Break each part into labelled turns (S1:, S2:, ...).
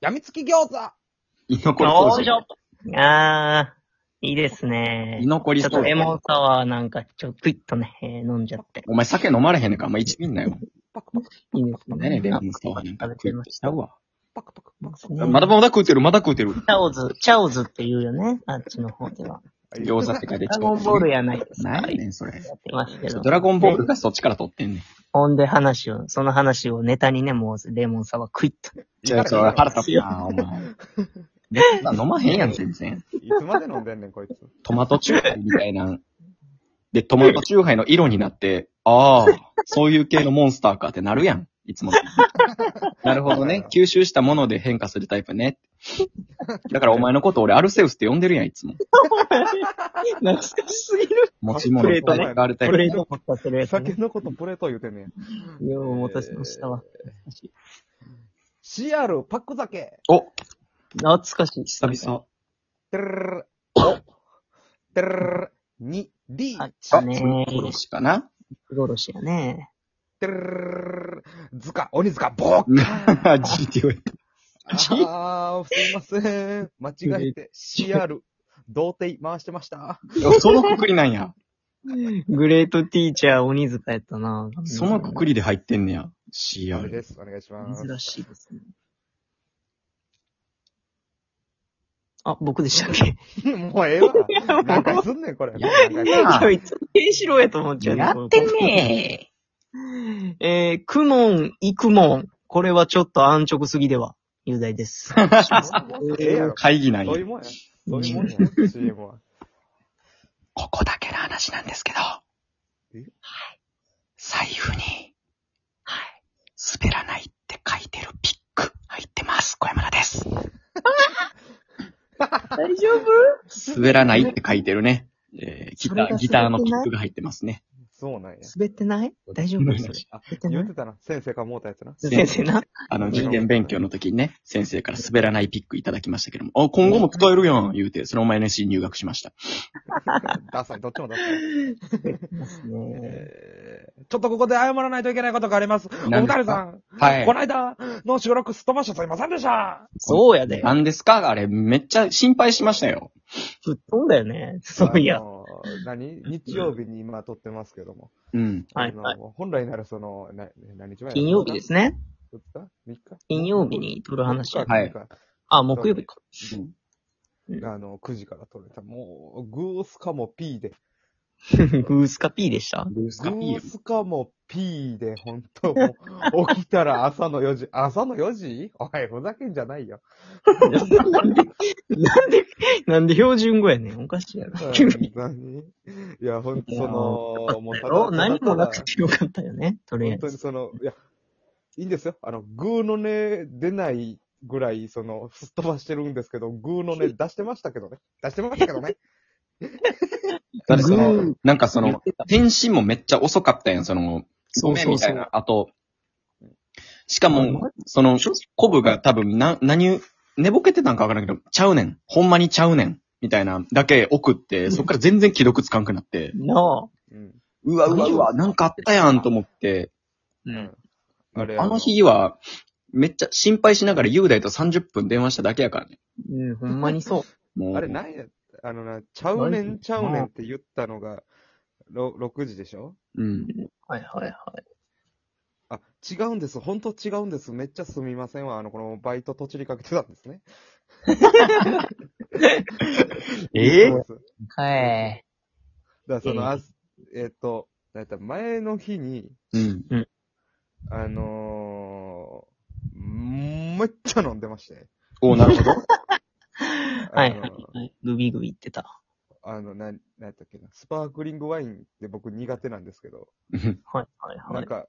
S1: やみつき餃子
S2: 居残り
S3: お
S2: 掃
S3: ーし
S2: 除。
S3: ょあー、いいですね
S2: 居。残り
S3: ちょっと
S2: 掃
S3: レモ
S2: 除。
S3: ンサワーなんかちょっくいっとね、えー飲んじゃって。
S2: お前酒飲まれへんねんから、お前一瓶だよ。
S3: いいです
S2: 何やね
S3: ね
S2: ん、。レモンサワーなんか食いしちゃうわ。
S1: パクパクパクパク。
S2: まだまだ食うてる、まだ食うてる。
S3: チャオズ、チャオズって言うよね、あっちの方では。
S2: 餃子って書いて
S3: ドラゴンボール
S2: や。
S3: やないですか。
S2: 何や
S3: や
S2: ねん、それ。
S3: ってますけど。
S2: ドラゴンボール
S3: で
S2: がそっちから取ってんねん。
S3: ほんで話を、その話をネタにね、もうレモンサワークイッと。
S2: いや、それ腹立つな、 お前。で、飲まへんやん、全然。
S1: いつまで飲んでんねん、こいつ。
S2: トマトチューハイみたいなん。で、トマトチューハイの色になって、ああ、そういう系のモンスターかってなるやん。いつも。なるほどね。吸収したもので変化するタイプね。だからお前のこと俺アルセウスって呼んでるやん、いつも。
S3: 懐かしすぎる。
S2: 持ち物
S3: プレートね
S2: 変わるタイ
S3: こ
S2: プ。
S3: れを持ったするやつ、
S1: 酒
S3: ね。
S1: のことプレート言うてんねん。
S3: よう持たしましたわ。
S1: CR パック酒
S2: お、
S3: 懐かしい。
S2: 久々。
S1: てるるる。てるるる。に、D。
S3: あった
S2: あ、
S3: ね
S2: 殺しかな。
S3: 殺しやね。
S1: てるるる。ずか、鬼塚、ボー
S2: GTO
S1: あー、すいません。間違えて、CR、童貞回してました。
S2: そのくくりなんや。
S3: グレートティーチャー鬼塚やったな
S2: そのくくりで入ってんねや。
S1: これ
S2: CR。
S1: です。お願いします。
S3: 珍しいですね。あ、僕でしたっけ
S1: もうええわ。何回すんねん、これ。
S2: や
S1: 何回すんねん
S2: あ
S3: 今日いつもケンシロウやと思っちゃう
S2: やってんね
S3: え。えー、クモン、イクモン。これはちょっと安直すぎでは、雄 大です。
S1: ええやろ。
S2: 会議なんや
S1: そうい。うもんや。そういうもん や。CM は。
S2: ここだけの話なんですけど。
S1: え
S2: 財布に、はい。滑らないって書いてるピック入ってます。小山田です。
S3: 大丈夫
S2: 滑らないって書いてるね。えー、ギタ
S3: それが
S2: ー、ギターの
S3: 滑って
S2: ピ
S3: ない
S2: ックが入ってますね。
S1: そうなんや。
S3: 滑ってない大丈夫それ。
S2: あ
S3: 滑って
S1: 言
S3: な
S1: っ
S3: い
S1: てたな。先生がもうたやつな。
S3: 先生な。
S2: あの、受験勉強の時にね、先生から滑らないピックいただきましたけども、あ、今後も使えるやん、言うて、そのまま NSC 入学しました。
S1: ダサい。どっちもダサい。
S3: ですね
S1: えーちょっとここで謝らないといけないことがあります。お
S2: 何
S1: 二
S2: で
S1: 人
S2: すか
S1: さん、
S2: はい
S1: こ。の間の収録すっ飛ばしてすいませんでした。
S3: そうやで。
S2: 何ですかあれ、めっちゃ心配しましたよ。
S3: 吹っ飛んだよね。そうい
S1: あ
S3: や。
S1: の。何日曜日に今撮ってますけども。
S2: うん。
S3: はい
S1: あ
S3: はい。
S1: の本来ならその、な何日前
S3: 金曜日ですね。
S1: 2日 ?3 日
S3: 金曜日に撮る話。
S1: 3日
S2: はい
S1: 3日
S3: あ、木曜日か。
S1: あの、9時から撮れた。もう、グースかも P で。
S3: グ ースカ P でした。
S2: どうです
S1: グ
S2: かいいよ
S1: ー。スかも P で、本当もう起きたら朝の4時。朝の4時おい、ふざけんじゃないよ。
S3: なんで、なんで、なんで標準語やねん。おかしいやろ。
S1: うん何いや、ほんとその、もうただ
S3: ろ
S1: ただ
S3: 何もなくてよかったよね。とりあ
S1: 本
S3: え
S1: 当に
S3: ず。
S1: その、いや、いいんですよ。あの、グーの音出ないぐらい、その、すっ飛ばしてるんですけど、グーの音出してましたけどね。出してましたけどね。
S2: だってそ
S3: グー
S2: の、なんかその、返信もめっちゃ遅かったやん、その、
S3: そうそうそう
S2: ごめんみたいな。あと、しかも、その、コブが多分、な、何、寝ぼけてたんかわからんけど、ちゃうねん。ほんまにちゃうねん。みたいな、だけ送って、そっから全然既読つかんくなって、
S3: な
S1: うん。
S2: うわうわうわ、なんかあったやんと思って、
S3: あ。うん。
S1: あれ
S2: あの日は、めっちゃ心配しながら雄大と30分電話しただけやからね。
S3: うん、ほんまにそう。
S2: もう、
S1: あれ、なんや、あのな、ちゃうねんちゃうねんって言ったのが、ろ6時でしょ
S2: うん。
S3: はいはいはい。
S1: あ、違うんです。本当違うんです。めっちゃすみませんわ。あの、このバイトとちりかけてたんですね。
S2: え
S1: そうです
S3: はい。
S1: だからそ
S3: え
S1: の、
S3: ー
S1: あすえっと、だいたい前の日に、
S2: うん。
S1: あのー、めっちゃ飲んでまして。
S2: おなるほど。
S1: あ
S3: はい
S1: の
S3: はいはい。グビグビ言ってた。
S1: あの、な、なんやったっけな。スパークリングワインって僕苦手なんですけど、
S2: うん
S3: はいはいは
S1: なん
S3: い。
S1: か、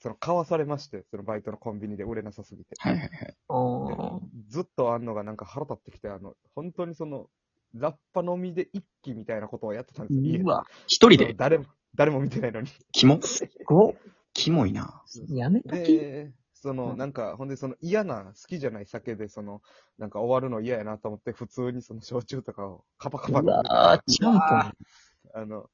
S1: その、買わされまして、そのバイトのコンビニで売れなさすぎて。
S2: はいはいはい。
S1: で
S3: おー
S1: ずっとあんのがなんか腹立ってきて、あの、本当にその、ラッパ飲みで一気みたいなことをやってたんですよ。家で
S3: うわ。
S2: 一人
S1: そう
S2: で、
S1: 誰も、誰も見てないのに。
S2: キモ
S3: ご
S2: キモいな。
S3: やめとき。
S1: で、その、
S3: うん
S1: なんか、ほんでその嫌な、好きじゃない酒で、その、なんか終わるの嫌やなと思って、普通にその焼酎とかをカパカ
S3: う
S1: パ飲んで
S3: わーちゃんぽん。
S1: あの、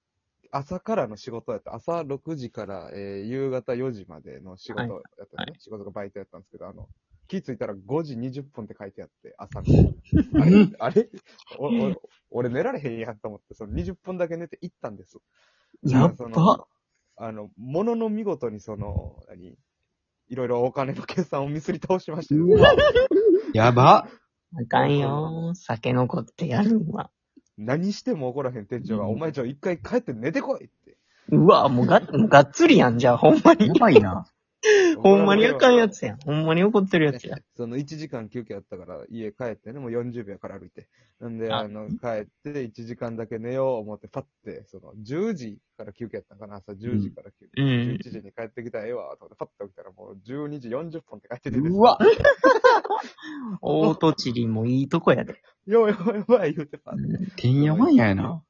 S1: 朝からの仕事やった。朝6時から、えー夕方4時までの仕事やったね、
S3: はいは
S1: 仕事がバイトやったんですけど、あの、気づいたら5時20分って書いてあって、朝の。あれあれおお俺寝られへんやんと思って、その20分だけ寝て行ったんです。
S3: やっ
S1: そ
S3: ば
S1: の。あの、ものの見事にその、何いろいろお金の計算をミスり倒しましたよ。
S2: やば。
S3: あかんよー。酒の子ってやるんわ。
S1: 何しても怒らへん店長が、
S2: うん
S1: お前ちょ、一回帰って寝てこいって。
S3: うわ、もうが、もうがっつりやん、じゃあ、ほんま
S2: や
S3: に。
S2: ばいな。
S3: ほんまにあかんやつやん。ほんまに怒ってるやつや。
S1: その1時間休憩あったから家帰ってね、もう40秒から歩いて。なんで、
S3: あ
S1: あの、帰って1時間だけ寝よう思って、パッて、その、10時から休憩やったんかな、朝10時から休憩。
S3: うん
S1: 11。時に帰ってきたらええわ、と思って、パッて起きたらもう12時40分って書いてて、
S2: うわ。
S3: 大とちりもいいとこやで。
S1: ようやばいやばい言うてパッ
S2: てんやわんややな。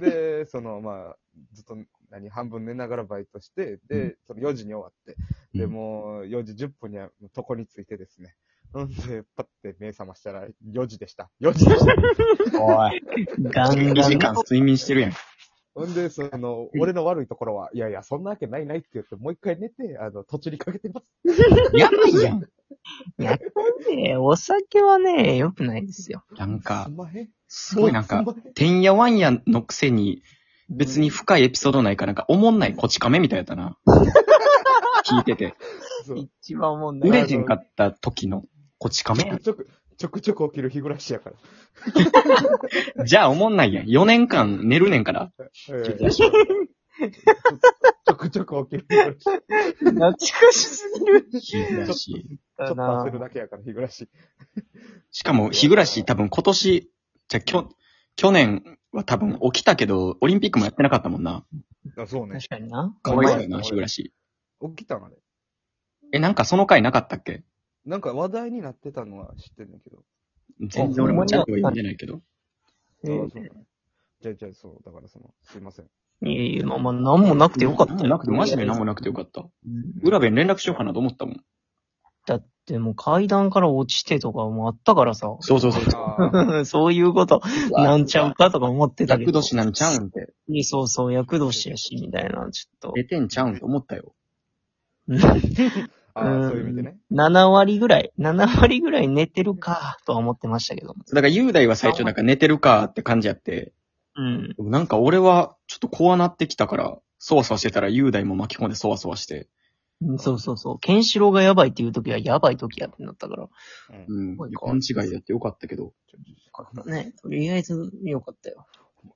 S1: て。で、 その、まあ、ずっと、何、半分寝ながらバイトして、
S2: う
S1: で、その4時に終わって、で、
S2: うん
S1: もう4時10分には床についてですね。なんで、パッて目覚ましたら4時でした。4時で した。
S2: おい。
S3: ガン
S2: 2
S3: ガン
S2: 時間睡眠してるやん。
S1: ほんで、その、俺の悪いところは、いやいや、そんなわけないないって言って、もう一回寝て、あの、途中にかけてます。
S2: やばいやん。
S3: やったね。お酒はね、良くないですよ。
S2: なんか
S1: す、んまへん。
S2: すごいなん
S1: す
S2: か、
S1: まへん
S2: てんやわんやのくせに、別に深いエピソードないから、なんか、おもんないこち亀みたいやった な。聞いてて。
S1: そう
S3: 一番もん
S2: 売
S3: ない。
S2: れへんかった時のこち亀や
S1: ちょく、ちょくちょく起きる日暮らしやから。
S2: ん。じゃあおもんないやん。4年間寝るねんから。
S1: ええ
S2: ちょ
S1: ちょくちょく起きる日暮らし。ちょ
S3: 懐かしすぎる。
S2: 日暮らし。
S1: っと焦るだけやから、日暮らし。
S2: しかも、日暮らし多分今年、じゃあ、きょ、去年は多分起きたけど、オリンピックもやってなかったもんな。
S1: あ、そうね。
S3: 確かにな。
S2: かわいそうやな、日暮らし。
S1: 起きたのあれ。
S2: え、なんかその回なかったっけ
S1: なんか話題になってたのは知ってんだけど。
S2: 全然俺もちゃんと読んでないけど。
S1: あ
S3: え
S1: そうねじゃあ、じゃあ、そう、だからその、すいません。
S3: いや、まあまあ、なんもなくてよかった
S2: なんもなくて、マジで何もなくてよかった。
S3: うん
S2: 浦部に連絡しようかなと思ったもん。
S3: だってもう階段から落ちてとかもあったからさ。
S2: そうそうそう。
S1: あ
S3: そういうこと、なんちゃうかとか思ってたけ
S2: 厄
S3: ど。
S2: 年なのちゃうんって。
S3: そうそう、厄年やし、みたいな、ちょっと。
S2: 出てんちゃうんって思ったよ。
S1: あー、そういう意味でね。
S3: 7割ぐらい、7割ぐらい寝てるか、とは思ってましたけども。
S2: だから雄大は最初なんか寝てるかって感じやって、
S3: うん。
S2: でもなんか俺はちょっと怖なってきたから、そわそわしてたら雄大も巻き込んでそわそわして、
S3: そうそうそう。ケンシロウがやばいっていう時はやばい時やってなったから。
S1: うん
S2: うん。
S3: 怖いか
S2: 勘違いやってよかったけど。
S1: ちょ
S3: ね、とりあえずよかったよ。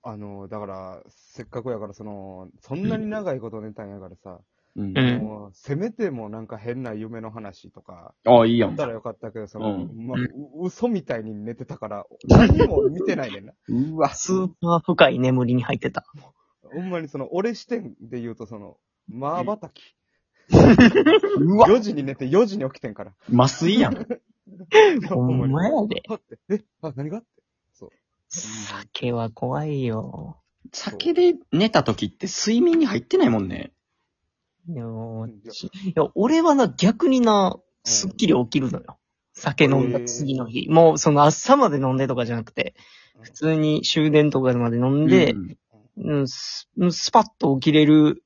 S1: あの、だから、せっかくやから、その、そんなに長いこと寝たんやからさ、
S2: うん。
S3: うん
S1: もうせめてもなんか変な夢の話とか、
S2: ああ、いいや
S1: し
S2: ん。
S1: たらよかったけど、その、
S2: うん
S1: ま、う嘘みたいに寝てたから、何も見てないねんな。
S2: うわ、
S3: スーパー深い眠りに入ってた。
S1: ほんまにその、俺視点で言うと、その、まばたき。
S2: うわ、
S1: 4時に寝て4時に起きてんから。
S2: 麻酔やん。
S3: ほんまやで。
S1: はって、え、あ、何がって。
S3: 酒は怖いよ。
S2: 酒で寝た時って睡眠に入ってないもんね。
S3: いや
S1: う
S3: ー
S1: ん
S3: いや、俺はな、逆にな、すっきり起きるのよ。酒飲んだ
S1: へー
S3: 次の日。もう、その朝まで飲んでとかじゃなくて、普通に終電とかまで飲んで
S2: う、ん
S3: うん、ススパッと起きれる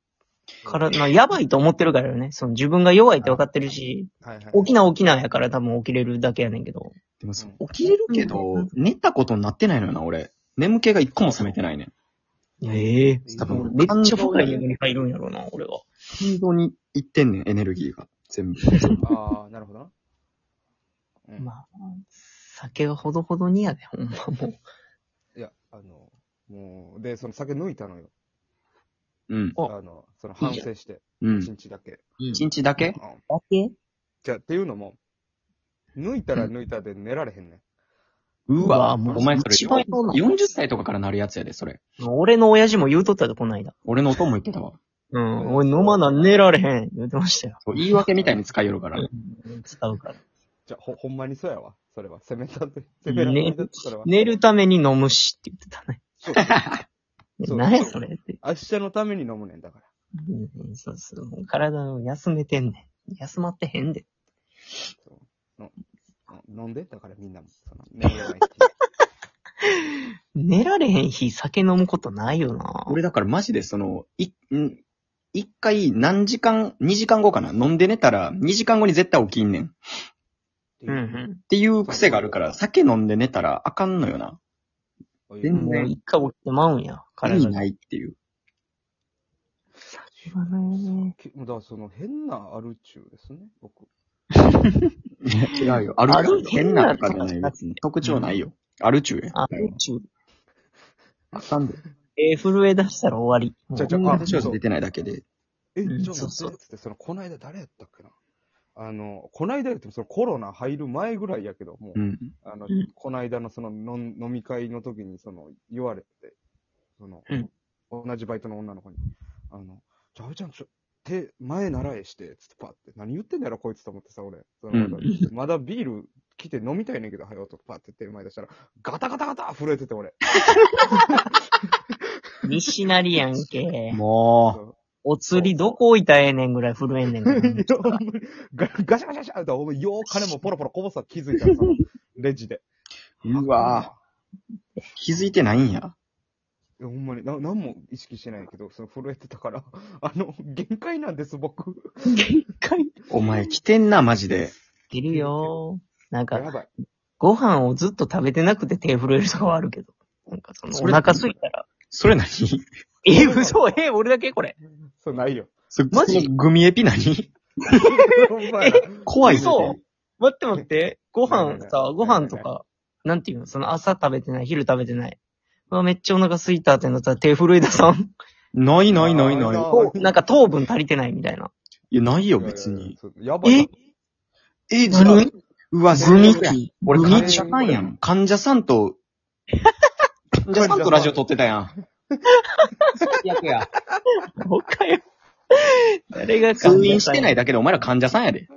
S3: から、な、やばいと思ってるからよね。その自分が弱いって分かってるし、
S1: はいはい。
S3: 起きな起きなやから多分起きれるだけやねんけど。
S2: でもそう、起きれるけ
S3: う
S2: ど
S3: ん、
S2: 寝たことになってないのよな、俺。眠気が一個も覚めてないねん。
S3: ええ
S1: 多分
S3: めっちゃ深い眠り入るんやろうな、俺は。
S2: 心臓に行ってんねん、エネルギーが。全部。
S1: ああ、なるほどな。うん
S3: まあ、酒はほどほどにやで、ほんまもう。
S1: いや、あの、もう、で、その酒抜いたのよ。
S2: うん。
S3: お
S1: あの、その反省して、
S2: うん。
S1: 1日だけ。
S2: 一日だけ
S1: うん
S3: だけ
S1: じゃあっていうのも、抜いたら抜いたで寝られへんねん。
S2: うわ、
S3: うわ
S2: お前それ
S3: 一番そうなの
S2: 40歳とかからなるやつやで、それ。
S3: 俺の親父も言うとったで、こないだ。
S2: 俺のおとんも言ってたわ。
S3: うん、俺飲まな寝られへん、言うてましたよ。
S2: そう言い訳みたいに使いよるから。
S3: 使うから。
S1: じゃあ、ほ、ほんまにそうやわ。それは。攻めたと、攻められたそれは。
S3: 寝るために飲むしって言ってたね。
S1: そうそうそう
S3: 何やそれって。
S1: 明日のために飲むねんだから。
S3: うんそうそう。もう体を休めてんねん。休まってへんで。
S1: そうのの飲んでだからみんなも。 その、寝れない。
S3: 寝られへん日酒飲むことないよ な。
S2: 俺だからマジでその、い、ん一回何時間、2時間後かな飲んで寝たら、2時間後に絶対起きんねん。
S1: てい
S3: うん
S1: う。
S2: ていう癖があるから、酒飲んで寝たらあかんのよな。
S1: うん
S3: うん。もう一回起きてまうんや。
S2: 意
S3: 体
S2: 味
S3: が。
S2: ないっていう。
S3: 知らないね。
S1: きだからその変なアル中ですね、僕。
S2: 違うよ。ある
S3: ある
S2: 変なとかじゃな
S3: 変
S2: い。
S3: な
S2: 別に特徴ないよ。あるちゅうやん。
S3: あ、宇宙。
S2: あかんで。
S3: えー、震え出したら終わり。もう
S1: ちょち
S2: こ
S1: ょ
S2: んな
S1: あ
S2: 話は出てないだけで。
S1: え、
S3: うん
S1: ちょっと
S3: そう
S1: 待
S3: そう
S1: って、つって、その、こないだ誰やったっけな。あの、こないだやっても、そのコロナ入る前ぐらいやけど、もう、
S2: うん。
S1: あの
S3: うん、
S1: こないだのそののん飲み会の時に、その、言われて、その、
S3: うん
S1: 同じバイトの女の子に、あの、じゃあ、あいちゃん、ちょ、手、前習えして、つってパって、何言ってんだやろ、こいつと思ってさ、俺。その
S2: うん
S1: まだまだビール来て飲みたいねんけど、はよ、とパって手前出したら、ガタガタガタ震えてて、俺。。
S3: 西成やんけ。
S2: も
S3: お釣りどこ置いたらええねんぐらい震えんねんけど
S1: いやほん まにガガシャガシャガシャって、お前、よう金もポロポロこぼさ気づいたら、その、 レジで。
S2: う、うわぁ。気づいてないんや。
S1: いやほんまに、な、なんも意識してないけど、その震えてたから、 あの、限界なんです、僕。
S3: 限界
S2: お前来てんな、マジで。
S3: いるよー。なん
S1: や
S3: か、
S1: ばい。
S3: ご飯をずっと食べてなくて手震えるとかはあるけど。なんかその、
S2: そ
S3: お
S2: れ
S3: 腹空いたら。
S2: それ何
S3: え、嘘え、俺だけこれ。
S1: そう、ない よ。
S2: そ
S3: マジ
S2: そのグミエピ何
S1: ほんまやな
S2: 怖いって
S3: 嘘待って待って。ご
S1: ね
S3: 飯
S1: え
S3: さ、ご飯とか、なんていうのその朝食べてない、昼食べてない。うわ、めっちゃお腹空いたってなったら手震えださん。
S2: ないないないない。
S1: あ
S3: こうなんか糖分足りてないみたいな。
S2: いや、ないよ、別に。。
S1: そうやばいな。
S3: え
S2: え、じゃあ
S3: 何
S2: うわ、
S1: グ
S2: グ
S1: ミ
S2: ミ
S1: キ
S2: キ。俺、
S3: グ
S2: グ
S3: ミ
S2: ミ
S3: キ
S2: キさんやん。患者さんと、 患者さんとラジオ撮ってたやん。最悪や。
S3: 他よ。誰が。
S2: 通院してないいだけでお前ら患者さんやで。